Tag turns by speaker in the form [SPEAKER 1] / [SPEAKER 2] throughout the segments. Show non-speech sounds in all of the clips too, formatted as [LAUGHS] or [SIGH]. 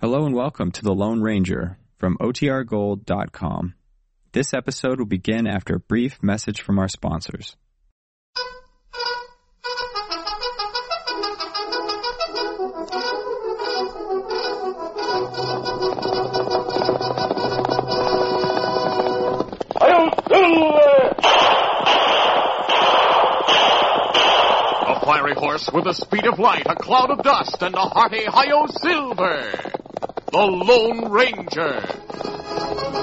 [SPEAKER 1] Hello and welcome to The Lone Ranger from OTRGold.com. This episode will begin after a brief message from our sponsors.
[SPEAKER 2] A fiery horse with the speed of light, a cloud of dust, and a hearty Hio Silver. The Lone Ranger.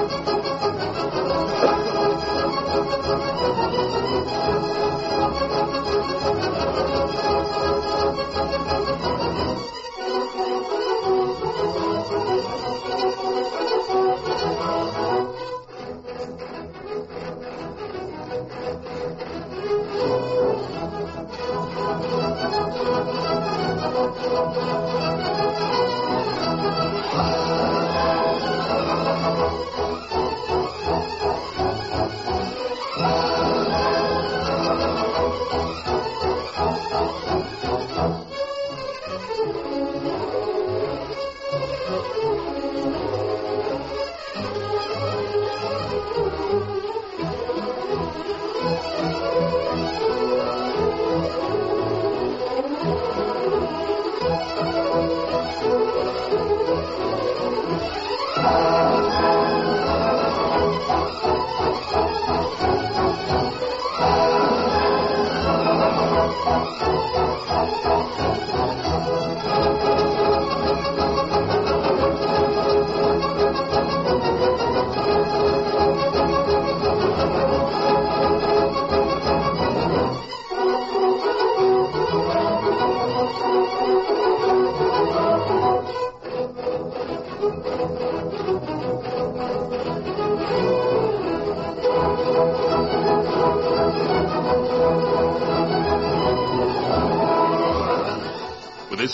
[SPEAKER 2] With his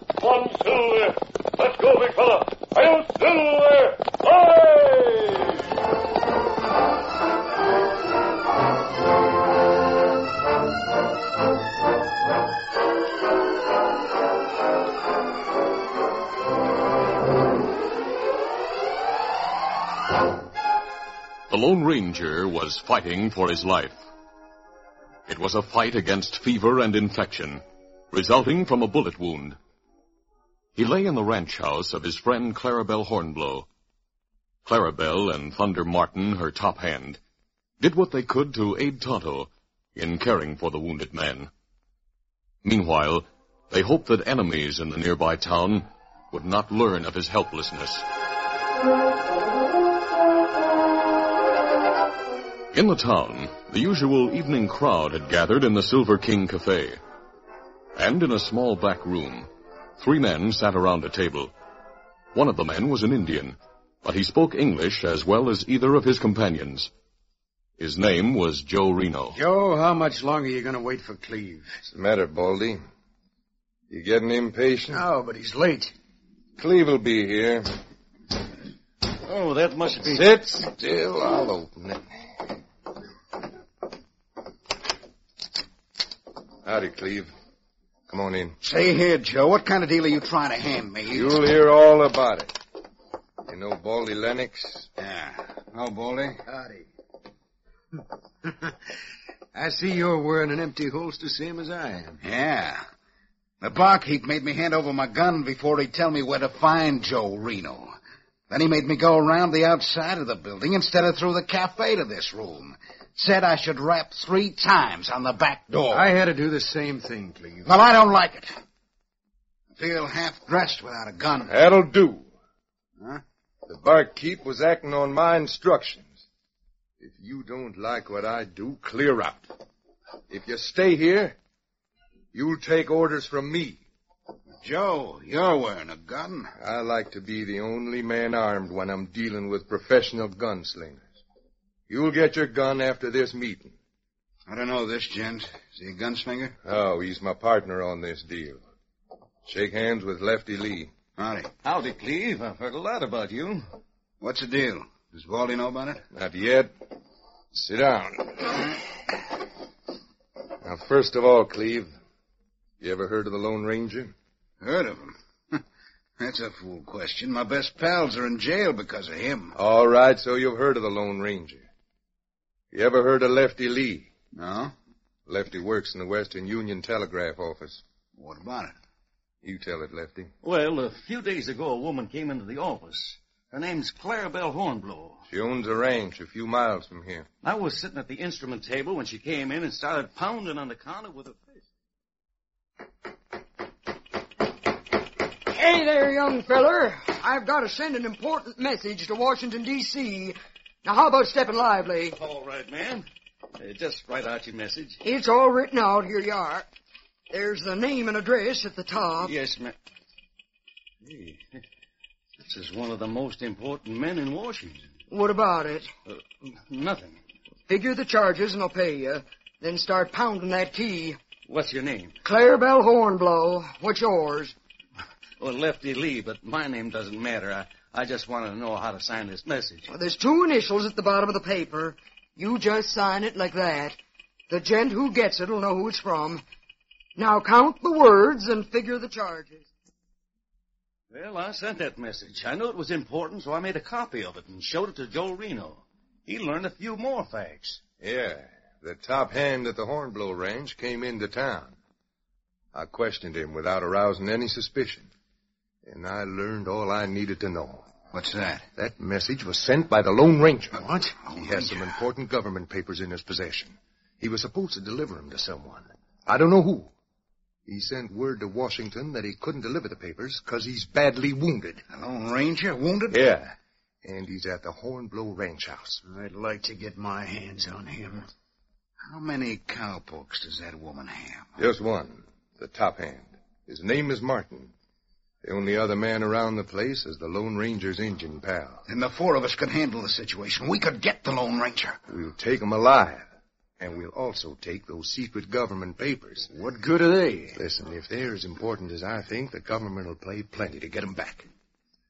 [SPEAKER 3] One silver. Let's go, big fella. I own silver. Aye!
[SPEAKER 2] The Lone Ranger was fighting for his life. It was a fight against fever and infection, resulting from a bullet wound. He lay in the ranch house of his friend Clarabelle Hornblow. Clarabelle and Thunder Martin, her top hand, did what they could to aid Tonto in caring for the wounded man. Meanwhile, they hoped that enemies in the nearby town would not learn of his helplessness. In the town, the usual evening crowd had gathered in the Silver King Cafe. And in a small back room, three men sat around a table. One of the men was an Indian, but he spoke English as well as either of his companions. His name was Joe Reno.
[SPEAKER 4] Joe, how much longer are you going to wait for Cleve?
[SPEAKER 5] What's the matter, Baldy? You getting impatient?
[SPEAKER 6] Oh.
[SPEAKER 4] No, Oh, but he's late.
[SPEAKER 5] Cleve will be here.
[SPEAKER 4] Oh, that must be.
[SPEAKER 5] Sit still. I'll open it. Howdy, Cleve. Come on in.
[SPEAKER 4] Say here, Joe, what kind of deal are you trying to hand me?
[SPEAKER 5] You'll hear all about it. You know Baldy Lennox?
[SPEAKER 4] Yeah.
[SPEAKER 5] No, Baldy.
[SPEAKER 4] Howdy. [LAUGHS] I see you're wearing an empty holster, same as I am. Yeah. The barkeep made me hand over my gun before he'd tell me where to find Joe Reno. Then he made me go around the outside of the building instead of through the cafe to this room. Said I should rap three times on the back door.
[SPEAKER 6] I had to do the same thing, Cleve.
[SPEAKER 4] Well, I don't like it. I feel half dressed without a gun.
[SPEAKER 5] That'll do.
[SPEAKER 4] Huh?
[SPEAKER 5] The barkeep was acting on my instructions. If you don't like what I do, clear out. If you stay here, you'll take orders from me.
[SPEAKER 4] Joe, you're wearing a gun.
[SPEAKER 5] I like to be the only man armed when I'm dealing with professional gunslingers. You'll get your gun after this meeting.
[SPEAKER 4] I don't know this gent. Is he a gunslinger?
[SPEAKER 5] Oh, he's my partner on this deal. Shake hands with Lefty Lee.
[SPEAKER 4] Howdy.
[SPEAKER 7] Howdy, Cleve. I've heard a lot about you.
[SPEAKER 4] What's the deal? Does Waldy know about it?
[SPEAKER 5] Not yet. Sit down. Now, first of all, Cleve, you ever heard of the Lone Ranger?
[SPEAKER 4] Heard of him? [LAUGHS] That's a fool question. My best pals are in jail because of him.
[SPEAKER 5] All right, so you've heard of the Lone Ranger. You ever heard of Lefty Lee?
[SPEAKER 4] No?
[SPEAKER 5] Lefty works in the Western Union Telegraph office.
[SPEAKER 4] What about it?
[SPEAKER 5] You tell it, Lefty.
[SPEAKER 7] Well, a few days ago, a woman came into the office. Her name's Clarabelle Hornblow.
[SPEAKER 5] She owns a ranch a few miles from here.
[SPEAKER 7] I was sitting at the instrument table when she came in and started pounding on the counter with a fist.
[SPEAKER 8] Hey there, young feller. I've got to send an important message to Washington, D.C. Now, how about stepping lively?
[SPEAKER 7] All right, ma'am. Uh, just write out your message.
[SPEAKER 8] It's all written out. Here you are. There's the name and address at the top.
[SPEAKER 7] Yes, ma'am. Hey, this is one of the most important men in Washington.
[SPEAKER 8] What about it?
[SPEAKER 7] Uh, n- nothing.
[SPEAKER 8] Figure the charges and I'll pay you. Then start pounding that key.
[SPEAKER 7] What's your name?
[SPEAKER 8] Clarabelle Hornblow. What's yours?
[SPEAKER 7] Well, Lefty Lee, but my name doesn't matter. I, I just wanted to know how to sign this message.
[SPEAKER 8] Well, there's two initials at the bottom of the paper. You just sign it like that. The gent who gets it'll know who it's from. Now count the words and figure the charges.
[SPEAKER 7] Well, I sent that message. I knew it was important, so I made a copy of it and showed it to Joe Reno. He learned a few more facts.
[SPEAKER 5] Yeah, the top hand at the Hornblow Ranch came into town. I questioned him without arousing any suspicion, and I learned all I needed to know.
[SPEAKER 4] What's that?
[SPEAKER 5] That message was sent by the Lone Ranger.
[SPEAKER 4] What?
[SPEAKER 5] He has some important government papers in his possession. He was supposed to deliver them to someone. I don't know who. He sent word to Washington that he couldn't deliver the papers because he's badly wounded.
[SPEAKER 4] A Lone Ranger? Wounded?
[SPEAKER 5] Yeah. And he's at the Hornblow Ranch House.
[SPEAKER 4] I'd like to get my hands on him. How many cowpokes does that woman have?
[SPEAKER 5] Just one, the top hand. His name is Martin. The only other man around the place is the Lone Ranger's engine pal.
[SPEAKER 4] Then the four of us could handle the situation. We could get the Lone Ranger.
[SPEAKER 5] We'll take 'em alive. And we'll also take those secret government papers.
[SPEAKER 4] What good are they?
[SPEAKER 5] Listen, if they're as important as I think, the government will play plenty to get 'em back.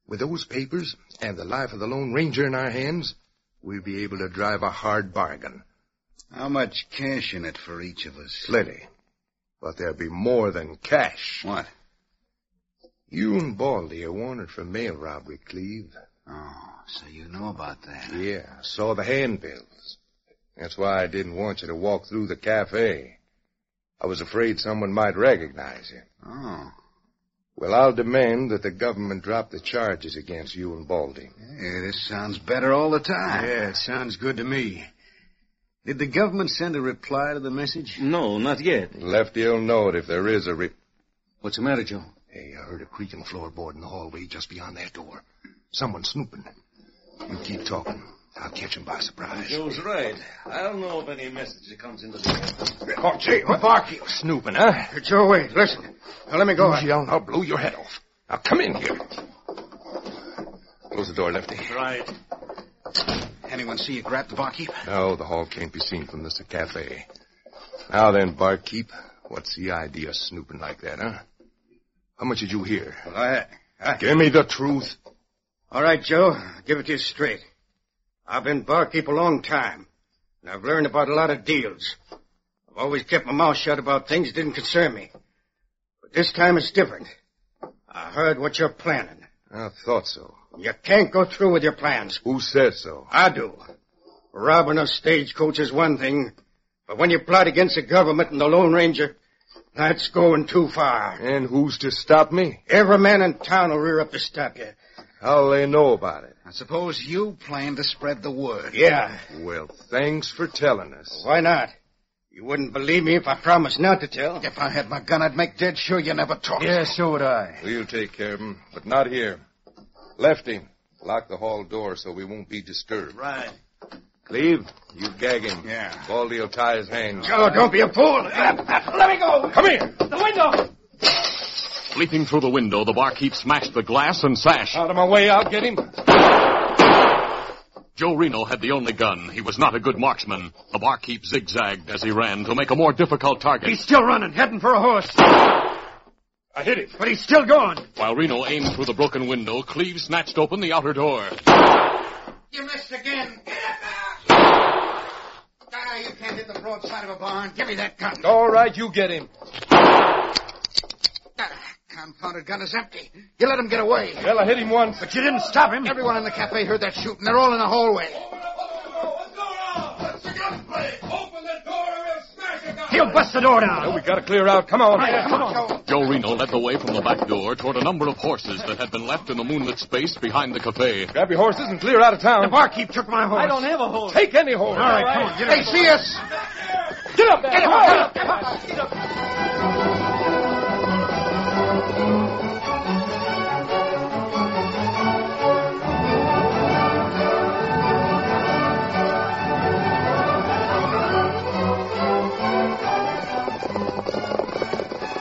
[SPEAKER 5] With those papers and the life of the Lone Ranger in our hands, we'll be able to drive a hard bargain.
[SPEAKER 4] How much cash in it for each of us?
[SPEAKER 5] Plenty. But there'll be more than cash.
[SPEAKER 4] What?
[SPEAKER 5] You and Baldy are wanted for mail robbery, Cleve.
[SPEAKER 4] Oh, so you know about that.
[SPEAKER 5] Yeah, I saw the handbills. That's why I didn't want you to walk through the cafe. I was afraid someone might recognize you.
[SPEAKER 4] Oh.
[SPEAKER 5] Well, I'll demand that the government drop the charges against you and Baldy.
[SPEAKER 4] Hey, this sounds better all the time.
[SPEAKER 6] Yeah, it sounds good to me. Did the government send a reply to the message?
[SPEAKER 7] No, not yet.
[SPEAKER 5] Lefty'll know it if there is a re-
[SPEAKER 7] What's the matter, Joe?
[SPEAKER 5] Hey, I heard a creaking floorboard in the hallway just beyond that door. Someone snooping. You keep talking. I'll catch him by surprise.
[SPEAKER 7] Joe's right. I don't know of any message that comes into the
[SPEAKER 5] Oh, gee, what bark you snooping, huh?
[SPEAKER 6] Joe, wait, listen. Now, let me go.
[SPEAKER 5] You yell, and I'll blow your head off. Now come in here. Close the door, Lefty.
[SPEAKER 7] Right.
[SPEAKER 4] Anyone see you grab the barkeep?
[SPEAKER 5] No, the hall can't be seen from this cafe. Now then, barkeep, what's the idea of snooping like that, huh? How much did you hear?
[SPEAKER 6] Well, I- I-
[SPEAKER 5] Give me the truth.
[SPEAKER 6] All right, Joe, I'll give it to you straight. I've been barkeep a long time, and I've learned about a lot of deals. I've always kept my mouth shut about things that didn't concern me. But this time it's different. I heard what you're planning.
[SPEAKER 5] I thought so.
[SPEAKER 6] You can't go through with your plans.
[SPEAKER 5] Who said so?
[SPEAKER 6] I do. Robbing a stagecoach is one thing, but when you plot against the government and the Lone Ranger, that's going too far.
[SPEAKER 5] And who's to stop me?
[SPEAKER 6] Every man in town will rear up to stop you.
[SPEAKER 5] How'll they know about it?
[SPEAKER 4] I suppose you plan to spread the word.
[SPEAKER 6] Yeah,
[SPEAKER 5] Well, thanks for telling us.
[SPEAKER 6] why not? You wouldn't believe me if I promised not to tell.
[SPEAKER 4] If I had my gun, I'd make dead sure you never talked.
[SPEAKER 6] so would I.
[SPEAKER 5] We'll take care of him, but not here. Lefty, lock the hall door so we won't be disturbed.
[SPEAKER 7] Right.
[SPEAKER 5] Cleve, you gag him.
[SPEAKER 4] Yeah.
[SPEAKER 5] Baldy'll tie his hands.
[SPEAKER 6] Joe, don't be a fool. Let me go.
[SPEAKER 5] Come here!
[SPEAKER 6] The window.
[SPEAKER 2] Leaping through the window, the barkeep smashed the glass and sash.
[SPEAKER 6] Out of my way, I'll get him.
[SPEAKER 2] Joe Reno had the only gun. He was not a good marksman. The barkeep zigzagged as he ran to make a more difficult target.
[SPEAKER 6] He's still running, heading for a horse.
[SPEAKER 3] I hit him.
[SPEAKER 6] But he's still going.
[SPEAKER 2] While Reno aimed through the broken window, Cleves snatched open the outer door.
[SPEAKER 4] You missed again. Get up there. Ah, you can't hit the broadside of a barn. Give me that gun.
[SPEAKER 6] All right, you get him.
[SPEAKER 4] Ah, confounded gun is empty. You let him get away.
[SPEAKER 6] Well, I hit him once. But you didn't stop him.
[SPEAKER 4] Everyone in the cafe heard that shooting. They're all in the hallway.
[SPEAKER 6] He'll bust the door down. we gotta clear out. Come on. come on.
[SPEAKER 2] Joe Reno led the way from the back door toward a number of horses that had been left in the moonlit space behind the cafe.
[SPEAKER 6] Grab your horses and clear out of town. The barkeep took my horse.
[SPEAKER 9] I don't have a horse.
[SPEAKER 6] Take any horse. All right, come on. Get
[SPEAKER 4] They see us.
[SPEAKER 6] Get up there. Get up. Get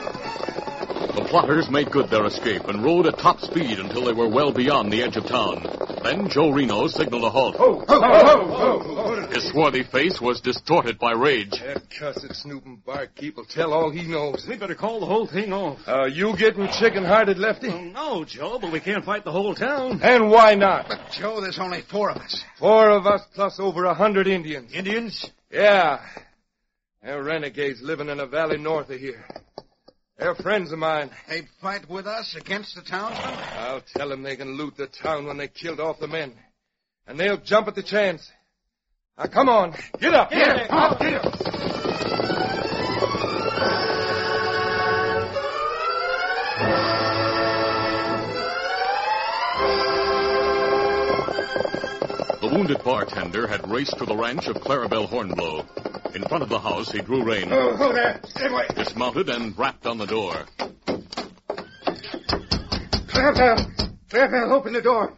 [SPEAKER 2] The plotters made good their escape and rode at top speed until they were well beyond the edge of town. Then Joe Reno signaled a halt. His swarthy face was distorted by rage.
[SPEAKER 5] That cussed snooping barkeep will tell all he knows.
[SPEAKER 7] We better call the whole thing off.
[SPEAKER 5] Are Uh, you getting chicken-hearted, Lefty?
[SPEAKER 7] no, Joe, but we can't fight the whole town.
[SPEAKER 5] And why not?
[SPEAKER 4] But, Joe, there's only four of us.
[SPEAKER 5] Four of us plus over a hundred Indians.
[SPEAKER 7] Indians?
[SPEAKER 5] Yeah. They're renegades living in a valley north of here. They're friends of mine.
[SPEAKER 4] They'd fight with us against the townsmen?
[SPEAKER 5] I'll tell them they can loot the town when they killed off the men. And they'll jump at the chance. Now, come on. Get up. Get up.
[SPEAKER 2] The wounded bartender had raced to the ranch of Clarabelle Hornblow. In front of the house, he drew rein,
[SPEAKER 6] Go there. Oh, Stay away.
[SPEAKER 2] dismounted, and rapped on the door.
[SPEAKER 6] Clarabelle. Clarabelle, open the door.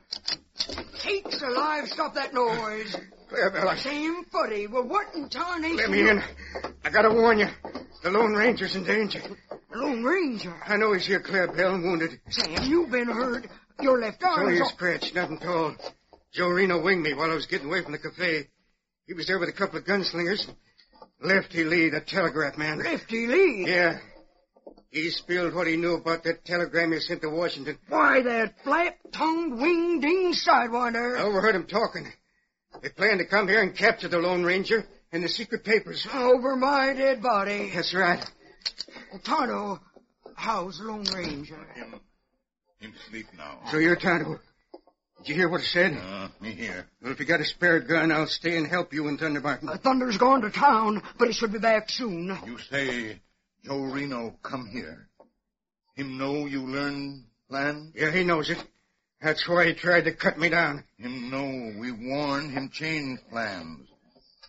[SPEAKER 8] Cakes alive, stop that noise.
[SPEAKER 6] Clarabelle, I
[SPEAKER 8] Same footy. Well, what in tarnation?
[SPEAKER 6] Let me in. I gotta warn you. The Lone Ranger's in danger.
[SPEAKER 8] Lone Ranger.
[SPEAKER 6] I know he's here, Clarabelle, and wounded.
[SPEAKER 8] Sam, you've been hurt. Your left
[SPEAKER 4] Oh,
[SPEAKER 6] It's
[SPEAKER 8] arm
[SPEAKER 6] Only
[SPEAKER 8] is
[SPEAKER 6] a
[SPEAKER 8] all-
[SPEAKER 6] scratch, nothing at all. Joe Reno winged me while I was getting away from the cafe. He was there with a couple of gunslingers. Lefty Lee, the telegraph man.
[SPEAKER 8] Lefty Lee.
[SPEAKER 6] Yeah. He spilled what he knew about that telegram you sent to Washington.
[SPEAKER 8] Why, that flap-tongued, winged-ding sidewinder.
[SPEAKER 6] I overheard him talking. They planned to come here and capture the Lone Ranger and the secret papers.
[SPEAKER 8] Over my dead body.
[SPEAKER 6] That's right.
[SPEAKER 8] Tonto, how's Lone Ranger?
[SPEAKER 10] Him sleep now.
[SPEAKER 6] So you're Tonto. Did you hear what he said?
[SPEAKER 10] Uh, me here.
[SPEAKER 6] Well, if you got a spare gun, I'll stay and help you in Thunder Mountain.
[SPEAKER 8] Uh, Thunder's gone to town, but he should be back soon.
[SPEAKER 10] You say Joe Reno come here. Him know you learn plan.
[SPEAKER 6] Yeah, he knows it. That's why he tried to cut me down.
[SPEAKER 10] Him know we warn him change plans.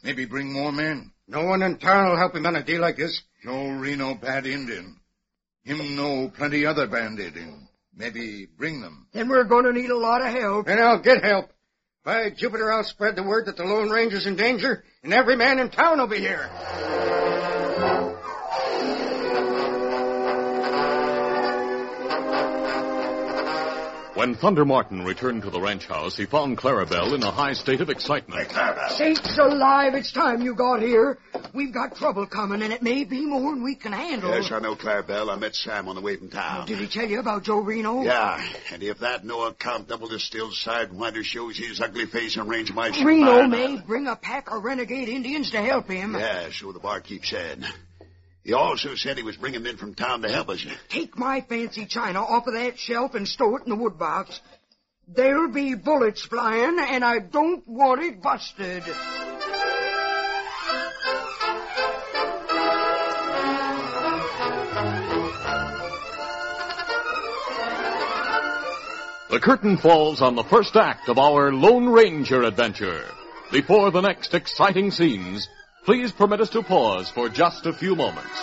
[SPEAKER 10] Maybe bring more men.
[SPEAKER 6] No one in town will help him on a deal like this.
[SPEAKER 10] Joe Reno bad Indian. Him know plenty other bandit in. Maybe bring them.
[SPEAKER 8] Then we're going to need a lot of help.
[SPEAKER 6] Then I'll get help. By Jupiter, I'll spread the word that the Lone Ranger's in danger, and every man in town will be here.
[SPEAKER 2] When Thunder Martin returned to the ranch house, he found Clarabelle in a high state of excitement.
[SPEAKER 8] Sakes alive, it's time you got here. We've got trouble coming, and it may be more than we can handle.
[SPEAKER 10] Yes, I know Clarabelle. I met Sam on the way from town.
[SPEAKER 8] Did he tell you about Joe Reno?
[SPEAKER 10] Yeah, and if that no account double distilled sidewinder shows his ugly face and range my shot,
[SPEAKER 8] Reno
[SPEAKER 10] I'll-
[SPEAKER 8] may bring a pack of renegade Indians to help him.
[SPEAKER 10] Yeah, so the barkeep said. He also said he was bringing men from town to help us.
[SPEAKER 8] Take my fancy china off of that shelf and stow it in the wood box. There'll be bullets flying, and I don't want it busted.
[SPEAKER 2] The curtain falls on the first act of our Lone Ranger adventure. Before the next exciting scenes, please permit us to pause for just a few moments.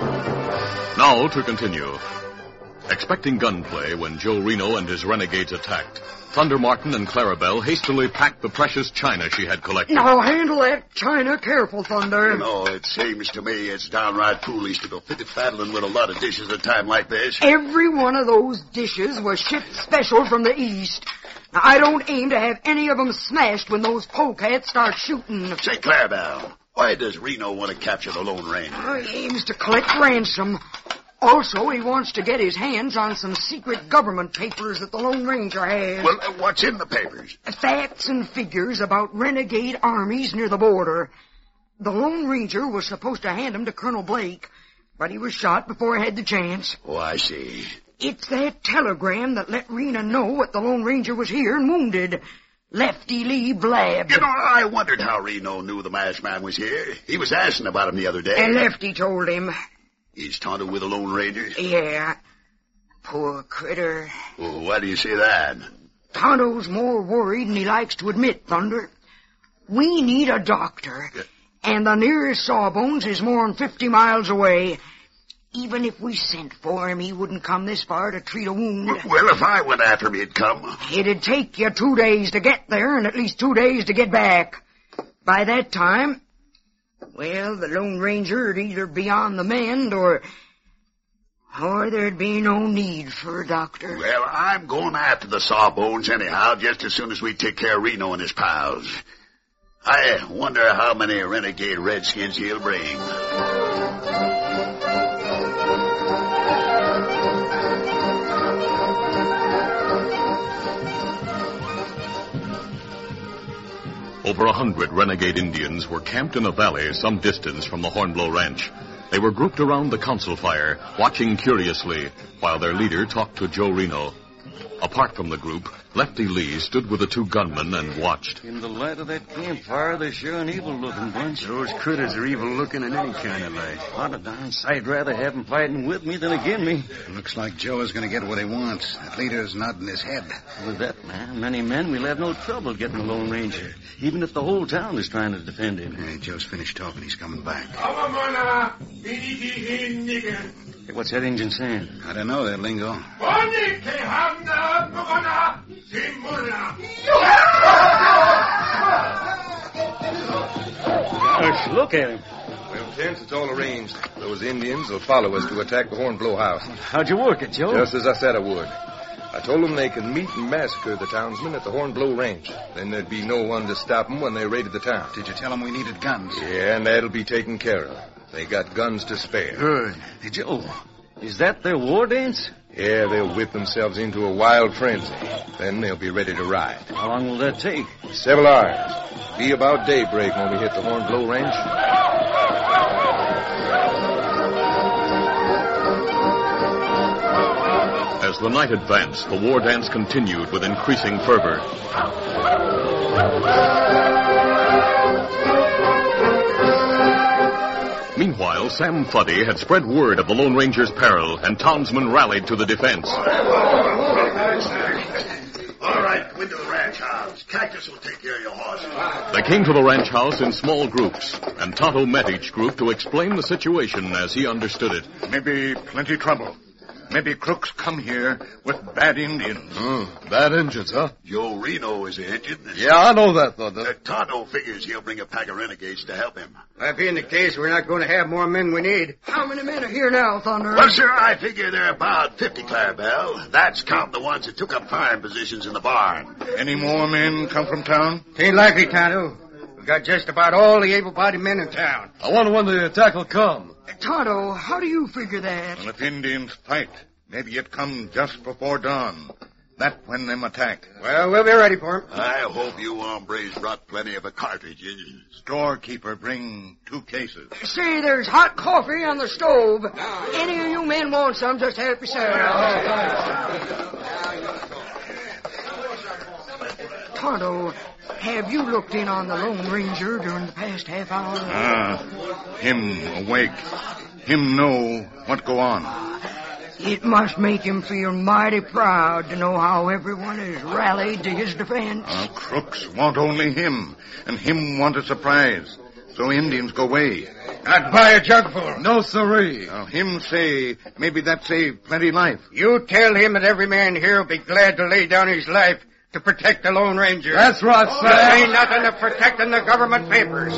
[SPEAKER 2] Now to continue. Expecting gunplay when Joe Reno and his renegades attacked, Thunder Martin and Clarabelle hastily packed the precious china she had collected.
[SPEAKER 8] Now handle that china careful, Thunder.
[SPEAKER 9] No, it seems to me it's downright foolish to go fiddle-faddling with a lot of dishes at a time like this.
[SPEAKER 8] Every one of those dishes was shipped special from the East. Now, I don't aim to have any of them smashed when those polecats start shooting.
[SPEAKER 9] Say, Clarabelle, why does Reno want to capture the Lone Ranger?
[SPEAKER 8] He aims to collect ransom. Also, he wants to get his hands on some secret government papers that the Lone Ranger has.
[SPEAKER 9] Well, uh, what's in the papers?
[SPEAKER 8] Facts and figures about renegade armies near the border. The Lone Ranger was supposed to hand them to Colonel Blake, but he was shot before he had the chance.
[SPEAKER 9] Oh, I see.
[SPEAKER 8] It's that telegram that let Rena know what the Lone Ranger was here and wounded. Lefty Lee blabbed.
[SPEAKER 9] You know, I wondered how Reno knew the masked man was here. He was asking about him the other day.
[SPEAKER 8] And Lefty told him.
[SPEAKER 9] He's taunted with a Lone Ranger?
[SPEAKER 8] Yeah. Poor critter.
[SPEAKER 9] Well, why do you say that?
[SPEAKER 8] Tonto's more worried than he likes to admit, Thunder. We need a doctor. And the nearest Sawbones is more than 50 miles away. Even if we sent for him, he wouldn't come this far to treat a wound.
[SPEAKER 9] Well, if I went after him, he'd come.
[SPEAKER 8] It'd take you two days to get there and at least two days to get back. By that time, well, the Lone Ranger'd either be on the mend or, or there'd be no need for a doctor.
[SPEAKER 9] Well, I'm going after the Sawbones anyhow, just as soon as we take care of Reno and his pals. I wonder how many renegade redskins he'll bring.
[SPEAKER 2] Over a hundred renegade Indians were camped in a valley some distance from the Hornblow Ranch. They were grouped around the council fire, watching curiously while their leader talked to Joe Reno. Apart from the group, Lefty Lee stood with the two gunmen and watched.
[SPEAKER 7] In the light of that campfire, they're sure an evil-looking bunch.
[SPEAKER 11] Those critters are evil looking in any kind of light.
[SPEAKER 7] What a darn sight rather have 'em fighting with me than again me.
[SPEAKER 4] Looks like Joe is going to get what he wants. That leader's nodding his head.
[SPEAKER 7] With that man, many men, we'll have no trouble getting the Lone Ranger, even if the whole town is trying to defend him.
[SPEAKER 4] Hey, Joe's finished talking. He's coming back.
[SPEAKER 7] Hey, what's that engine saying?
[SPEAKER 4] I don't know their lingo.
[SPEAKER 7] Gosh, look at him.
[SPEAKER 5] Well, Kent, it's all arranged. Those Indians will follow us to attack the Hornblow House,
[SPEAKER 7] How'd you work it,
[SPEAKER 11] Oh.
[SPEAKER 7] Joe?
[SPEAKER 5] just as I said I would. I told them they could meet and massacre the townsmen at the Hornblow Range. Then there'd be no one to stop them when they raided the town.
[SPEAKER 4] Did you tell him we needed guns?
[SPEAKER 5] Yeah, and that'll be taken care of. They got guns to spare.
[SPEAKER 4] Good.
[SPEAKER 7] Hey, Joe, is that their war dance?
[SPEAKER 5] Yeah, they'll whip themselves into a wild frenzy. Then they'll be ready to ride.
[SPEAKER 7] How long will that take?
[SPEAKER 5] Several hours. Be about daybreak when we hit the Hornblow Ranch.
[SPEAKER 2] As the night advanced, the war dance continued with increasing fervor. Meanwhile, Sam Fuddy had spread word of the Lone Ranger's peril, and townsmen rallied to the defense.
[SPEAKER 9] All right, into the ranch house. Cactus will take care of your horses.
[SPEAKER 2] They came to the ranch house in small groups, and Tonto met each group to explain the situation as he understood it.
[SPEAKER 10] Maybe plenty trouble. Maybe crooks come here with bad Indians.
[SPEAKER 6] Hmm.
[SPEAKER 5] bad engines, huh?
[SPEAKER 9] Joe Reno is the engine.
[SPEAKER 5] Yeah, I know that, Thunder.
[SPEAKER 9] Uh, Tonto figures he'll bring a pack of renegades to help him.
[SPEAKER 6] That being the case, we're not going to have more men we need.
[SPEAKER 8] How many men are here now, Thunder?
[SPEAKER 9] Well, sir, I figure there are about 50, Clarabelle. That's counting the ones that took up firing positions in the barn.
[SPEAKER 10] Any more men come from town?
[SPEAKER 6] Ain't likely, Tonto. We got just about all the able-bodied men in town.
[SPEAKER 5] I wonder when the attack will come.
[SPEAKER 8] Tonto, how do you figure that?
[SPEAKER 10] Well, if Indians fight, maybe it come just before dawn. That when them attack.
[SPEAKER 6] Well, we'll be ready for 'em.
[SPEAKER 9] I hope you hombres brought plenty of cartridges.
[SPEAKER 10] Storekeeper bring two cases.
[SPEAKER 8] Say, there's hot coffee on the stove.
[SPEAKER 6] Ah.
[SPEAKER 8] Any of you men want some, just help Oh. yourself. Tonto, have you looked in on the Lone Ranger during the past half hour?
[SPEAKER 10] Ah, him awake. Him know what go on.
[SPEAKER 8] It must make him feel mighty proud to know how everyone has rallied to his defense.
[SPEAKER 10] Our crooks want only him, and him want a surprise. So Indians go away. I'd buy a jug for No, sirree. Now, him say, maybe that save plenty life.
[SPEAKER 6] You tell him that every man here will be glad to lay down his life to protect the Lone Ranger.
[SPEAKER 10] That's right, sir.
[SPEAKER 6] There ain't nothing to protecting the government papers.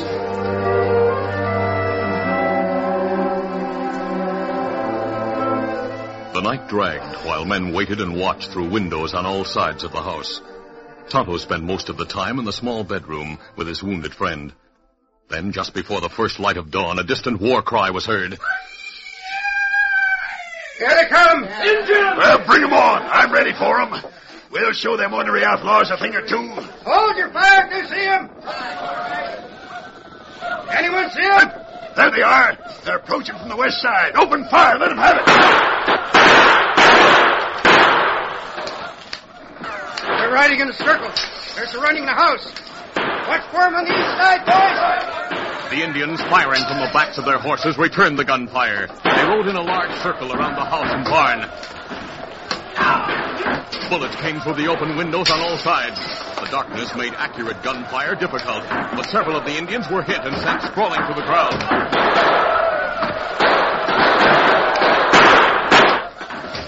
[SPEAKER 2] The night dragged while men waited and watched through windows on all sides of the house. Tonto spent most of the time in the small bedroom with his wounded friend. Then, just before the first light of dawn, a distant war cry was heard.
[SPEAKER 6] Here they come!
[SPEAKER 3] Indians!
[SPEAKER 9] Well, bring 'em on. I'm ready for 'em. We'll show them ordinary outlaws a thing or two.
[SPEAKER 6] Hold your fire! Do you see 'em? Anyone see 'em?
[SPEAKER 9] There they are. They're approaching from the west side. Open fire. Let 'em have it.
[SPEAKER 6] They're riding in a circle. They're surrounding the house. Watch for 'em on the east side, boys.
[SPEAKER 2] The Indians, firing from the backs of their horses, returned the gunfire. They rode in a large circle around the house and barn. Bullets came through the open windows on all sides. The darkness made accurate gunfire difficult, but several of the Indians were hit and sent sprawling to the ground.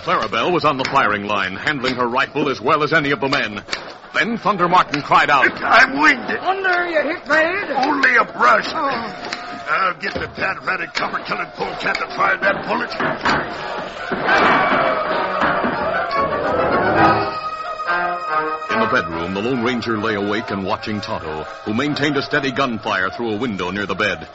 [SPEAKER 2] Clarabelle was on the firing line, handling her rifle as well as any of the men. Then Thunder Martin cried out,
[SPEAKER 9] I'm winged.
[SPEAKER 8] Wonder you hit bad.
[SPEAKER 9] Only a brush.
[SPEAKER 8] Oh,
[SPEAKER 9] I'll get the bad ratted copper-colored polecat that fired that bullet.
[SPEAKER 2] In the bedroom, the Lone Ranger lay awake and watching Tonto, who maintained a steady gunfire through a window near the bed.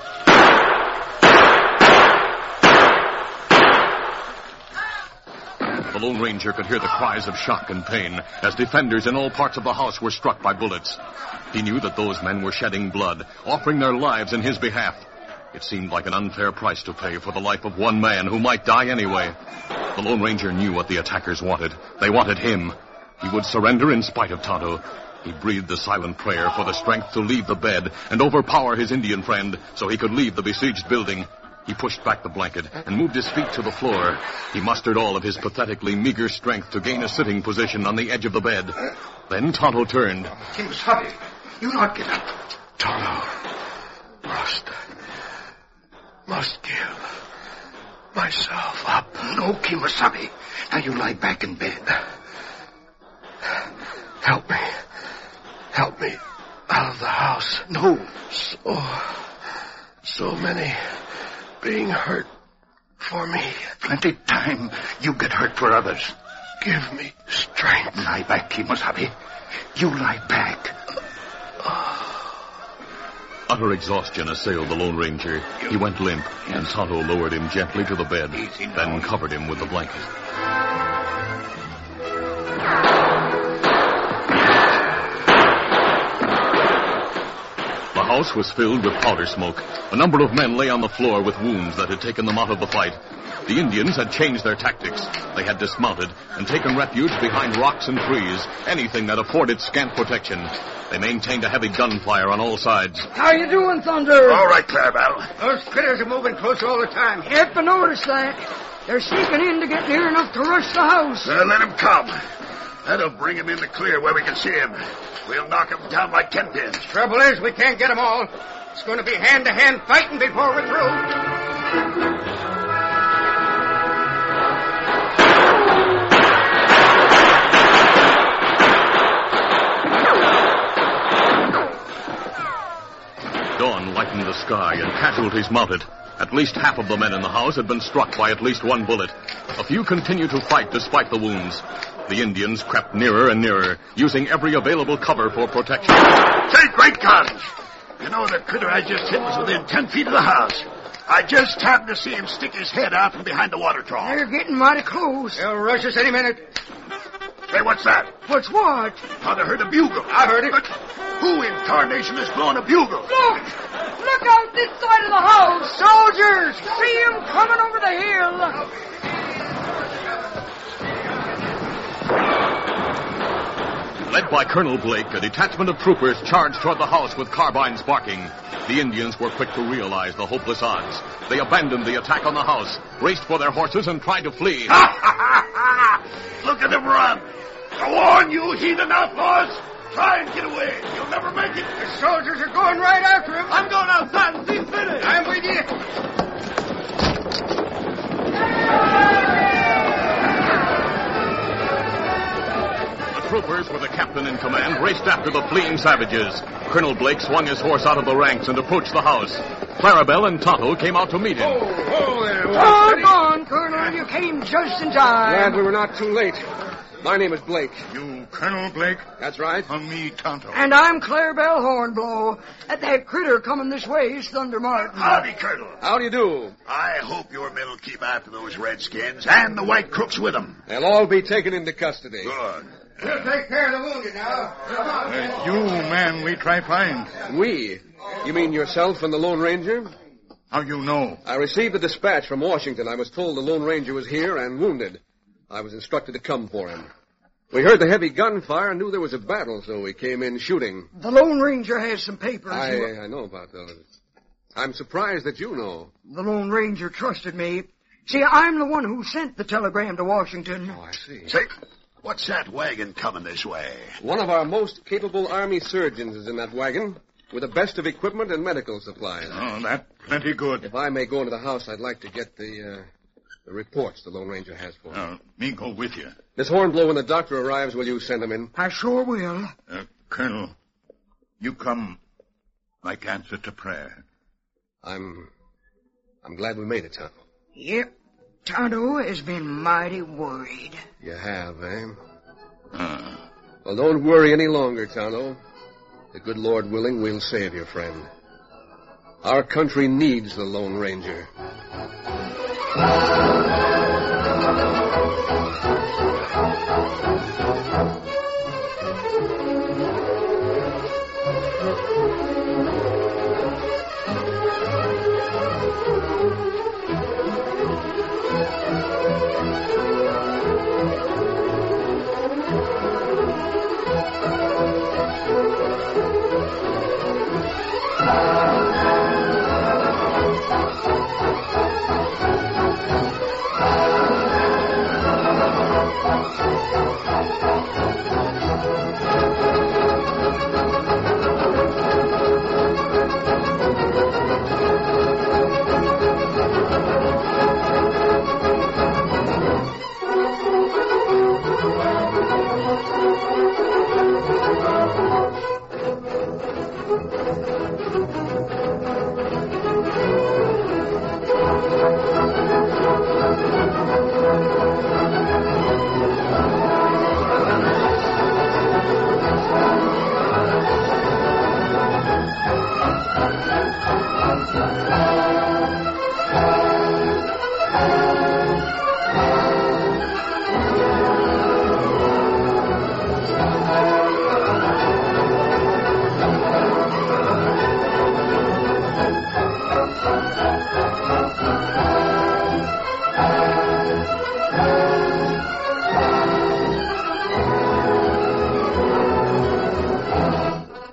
[SPEAKER 2] The Lone Ranger could hear the cries of shock and pain as defenders in all parts of the house were struck by bullets. He knew that those men were shedding blood, offering their lives in his behalf. It seemed like an unfair price to pay for the life of one man who might die anyway. The Lone Ranger knew what the attackers wanted. They wanted him. He would surrender in spite of Tonto. He breathed a silent prayer for the strength to leave the bed and overpower his Indian friend so he could leave the besieged building. He pushed back the blanket and moved his feet to the floor. He mustered all of his pathetically meager strength to gain a sitting position on the edge of the bed. Then Tonto turned.
[SPEAKER 6] He was hot. You not get up.
[SPEAKER 11] Must. Must give myself up.
[SPEAKER 9] No, Kimasabi. Now you lie back in bed.
[SPEAKER 11] Help me. Help me out of the house.
[SPEAKER 9] No.
[SPEAKER 11] So. So many being hurt for me.
[SPEAKER 9] Plenty time you get hurt for others.
[SPEAKER 11] Give me strength.
[SPEAKER 9] Lie back, Kimasabi. You lie back.
[SPEAKER 2] Utter exhaustion assailed the Lone Ranger. He went limp, and Tonto lowered him gently to the bed, then covered him with the blanket. The house was filled with powder smoke. A number of men lay on the floor with wounds that had taken them out of the fight. The Indians had changed their tactics. They had dismounted and taken refuge behind rocks and trees, anything that afforded scant protection. They maintained a heavy gunfire on all sides.
[SPEAKER 8] how you doing, Thunder?
[SPEAKER 9] All right, Clarabelle.
[SPEAKER 6] Those critters are moving close all the time.
[SPEAKER 8] Have to notice that. They're sneaking in to get near enough to rush the house.
[SPEAKER 9] Uh, let him come. That'll bring him in the clear where we can see him. We'll knock him down like ten pins.
[SPEAKER 6] Trouble is, we can't get 'em all. It's going to be hand-to-hand fighting before we're through.
[SPEAKER 2] Dawn lightened the sky and casualties mounted. At least half of the men in the house had been struck by at least one bullet. A few continued to fight despite the wounds. The Indians crept nearer and nearer, using every available cover for protection.
[SPEAKER 9] Say, great guns! You know, the critter I just hit was within ten feet of the house. I just happened to see him stick his head out from behind the water trough.
[SPEAKER 8] They're getting mighty close.
[SPEAKER 6] They'll rush us any minute.
[SPEAKER 9] Say, what's that?
[SPEAKER 8] What's what?
[SPEAKER 9] Thought I heard a bugle. I heard it. But who in tarnation is blowing a bugle?
[SPEAKER 8] Look! Look out this side of the house! Soldiers! See 'em coming over the hill!
[SPEAKER 2] Led by Colonel Blake, a detachment of troopers charged toward the house with carbines barking. The Indians were quick to realize the hopeless odds. They abandoned the attack on the house, raced for their horses, and tried to flee.
[SPEAKER 9] [LAUGHS] Look at them run. Go on, you heathen outlaws. Try and get away. You'll never make it.
[SPEAKER 6] The soldiers are going right after him. I'm going outside and see Finney. I'm with you.
[SPEAKER 2] The troopers, with the captain in command, raced after the fleeing savages. Colonel Blake swung his horse out of the ranks and approached the house. Clarabelle and Tonto came out to meet him.
[SPEAKER 9] Oh,
[SPEAKER 8] Hold on, Colonel. You came just in time.
[SPEAKER 11] Glad we were not too late. My name is Blake.
[SPEAKER 10] You, Colonel Blake?
[SPEAKER 11] That's right.
[SPEAKER 10] On me, Tonto.
[SPEAKER 8] And I'm Clarabelle Hornblow. At that critter coming this way is Thunder Martin.
[SPEAKER 9] Howdy, Colonel.
[SPEAKER 11] How do you do?
[SPEAKER 9] I hope your men'll keep after those redskins and the white crooks with 'em.
[SPEAKER 11] They'll all be taken into custody.
[SPEAKER 9] Good.
[SPEAKER 6] We'll take care of the wounded now. Come on.
[SPEAKER 10] You, man, we try find.
[SPEAKER 11] We? You mean yourself and the Lone Ranger?
[SPEAKER 10] How you know?
[SPEAKER 11] I received a dispatch from Washington. I was told the Lone Ranger was here and wounded. I was instructed to come for him. We heard the heavy gunfire and knew there was a battle, so we came in shooting.
[SPEAKER 8] The Lone Ranger has some papers.
[SPEAKER 11] I, I know about those. I'm surprised that you know.
[SPEAKER 8] The Lone Ranger trusted me. See, I'm the one who sent the telegram to Washington.
[SPEAKER 10] Oh,
[SPEAKER 6] Oh.
[SPEAKER 11] I see.
[SPEAKER 9] Say, what's that wagon coming this way?
[SPEAKER 11] One of our most capable army surgeons is in that wagon with the best of equipment and medical supplies.
[SPEAKER 10] Oh, that plenty good.
[SPEAKER 11] If I may go into the house, I'd like to get the, uh, the reports the Lone Ranger has for me.
[SPEAKER 10] Uh, me go with you.
[SPEAKER 11] Miss Hornblow, when the doctor arrives, will you send him in?
[SPEAKER 8] I sure will.
[SPEAKER 10] Uh, Colonel, you come like answer to prayer.
[SPEAKER 11] I'm, I'm glad we made it, Tonto.
[SPEAKER 8] Yep. Tonto has been mighty worried.
[SPEAKER 11] You have, eh? Hmm.
[SPEAKER 10] Uh,
[SPEAKER 11] Well, don't worry any longer, Tonto. The good Lord willing, we'll save your friend. Our country needs the Lone Ranger.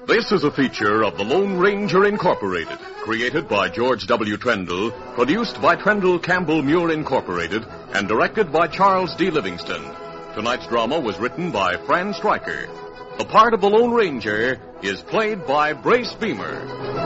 [SPEAKER 2] This is a feature of the Lone Ranger Incorporated, created by George W. Trendle, produced by Trendle Campbell Muir Incorporated, and directed by Charles D. Livingston. Tonight's drama was written by Fran Stryker. The part of the Lone Ranger is played by Brace Beamer.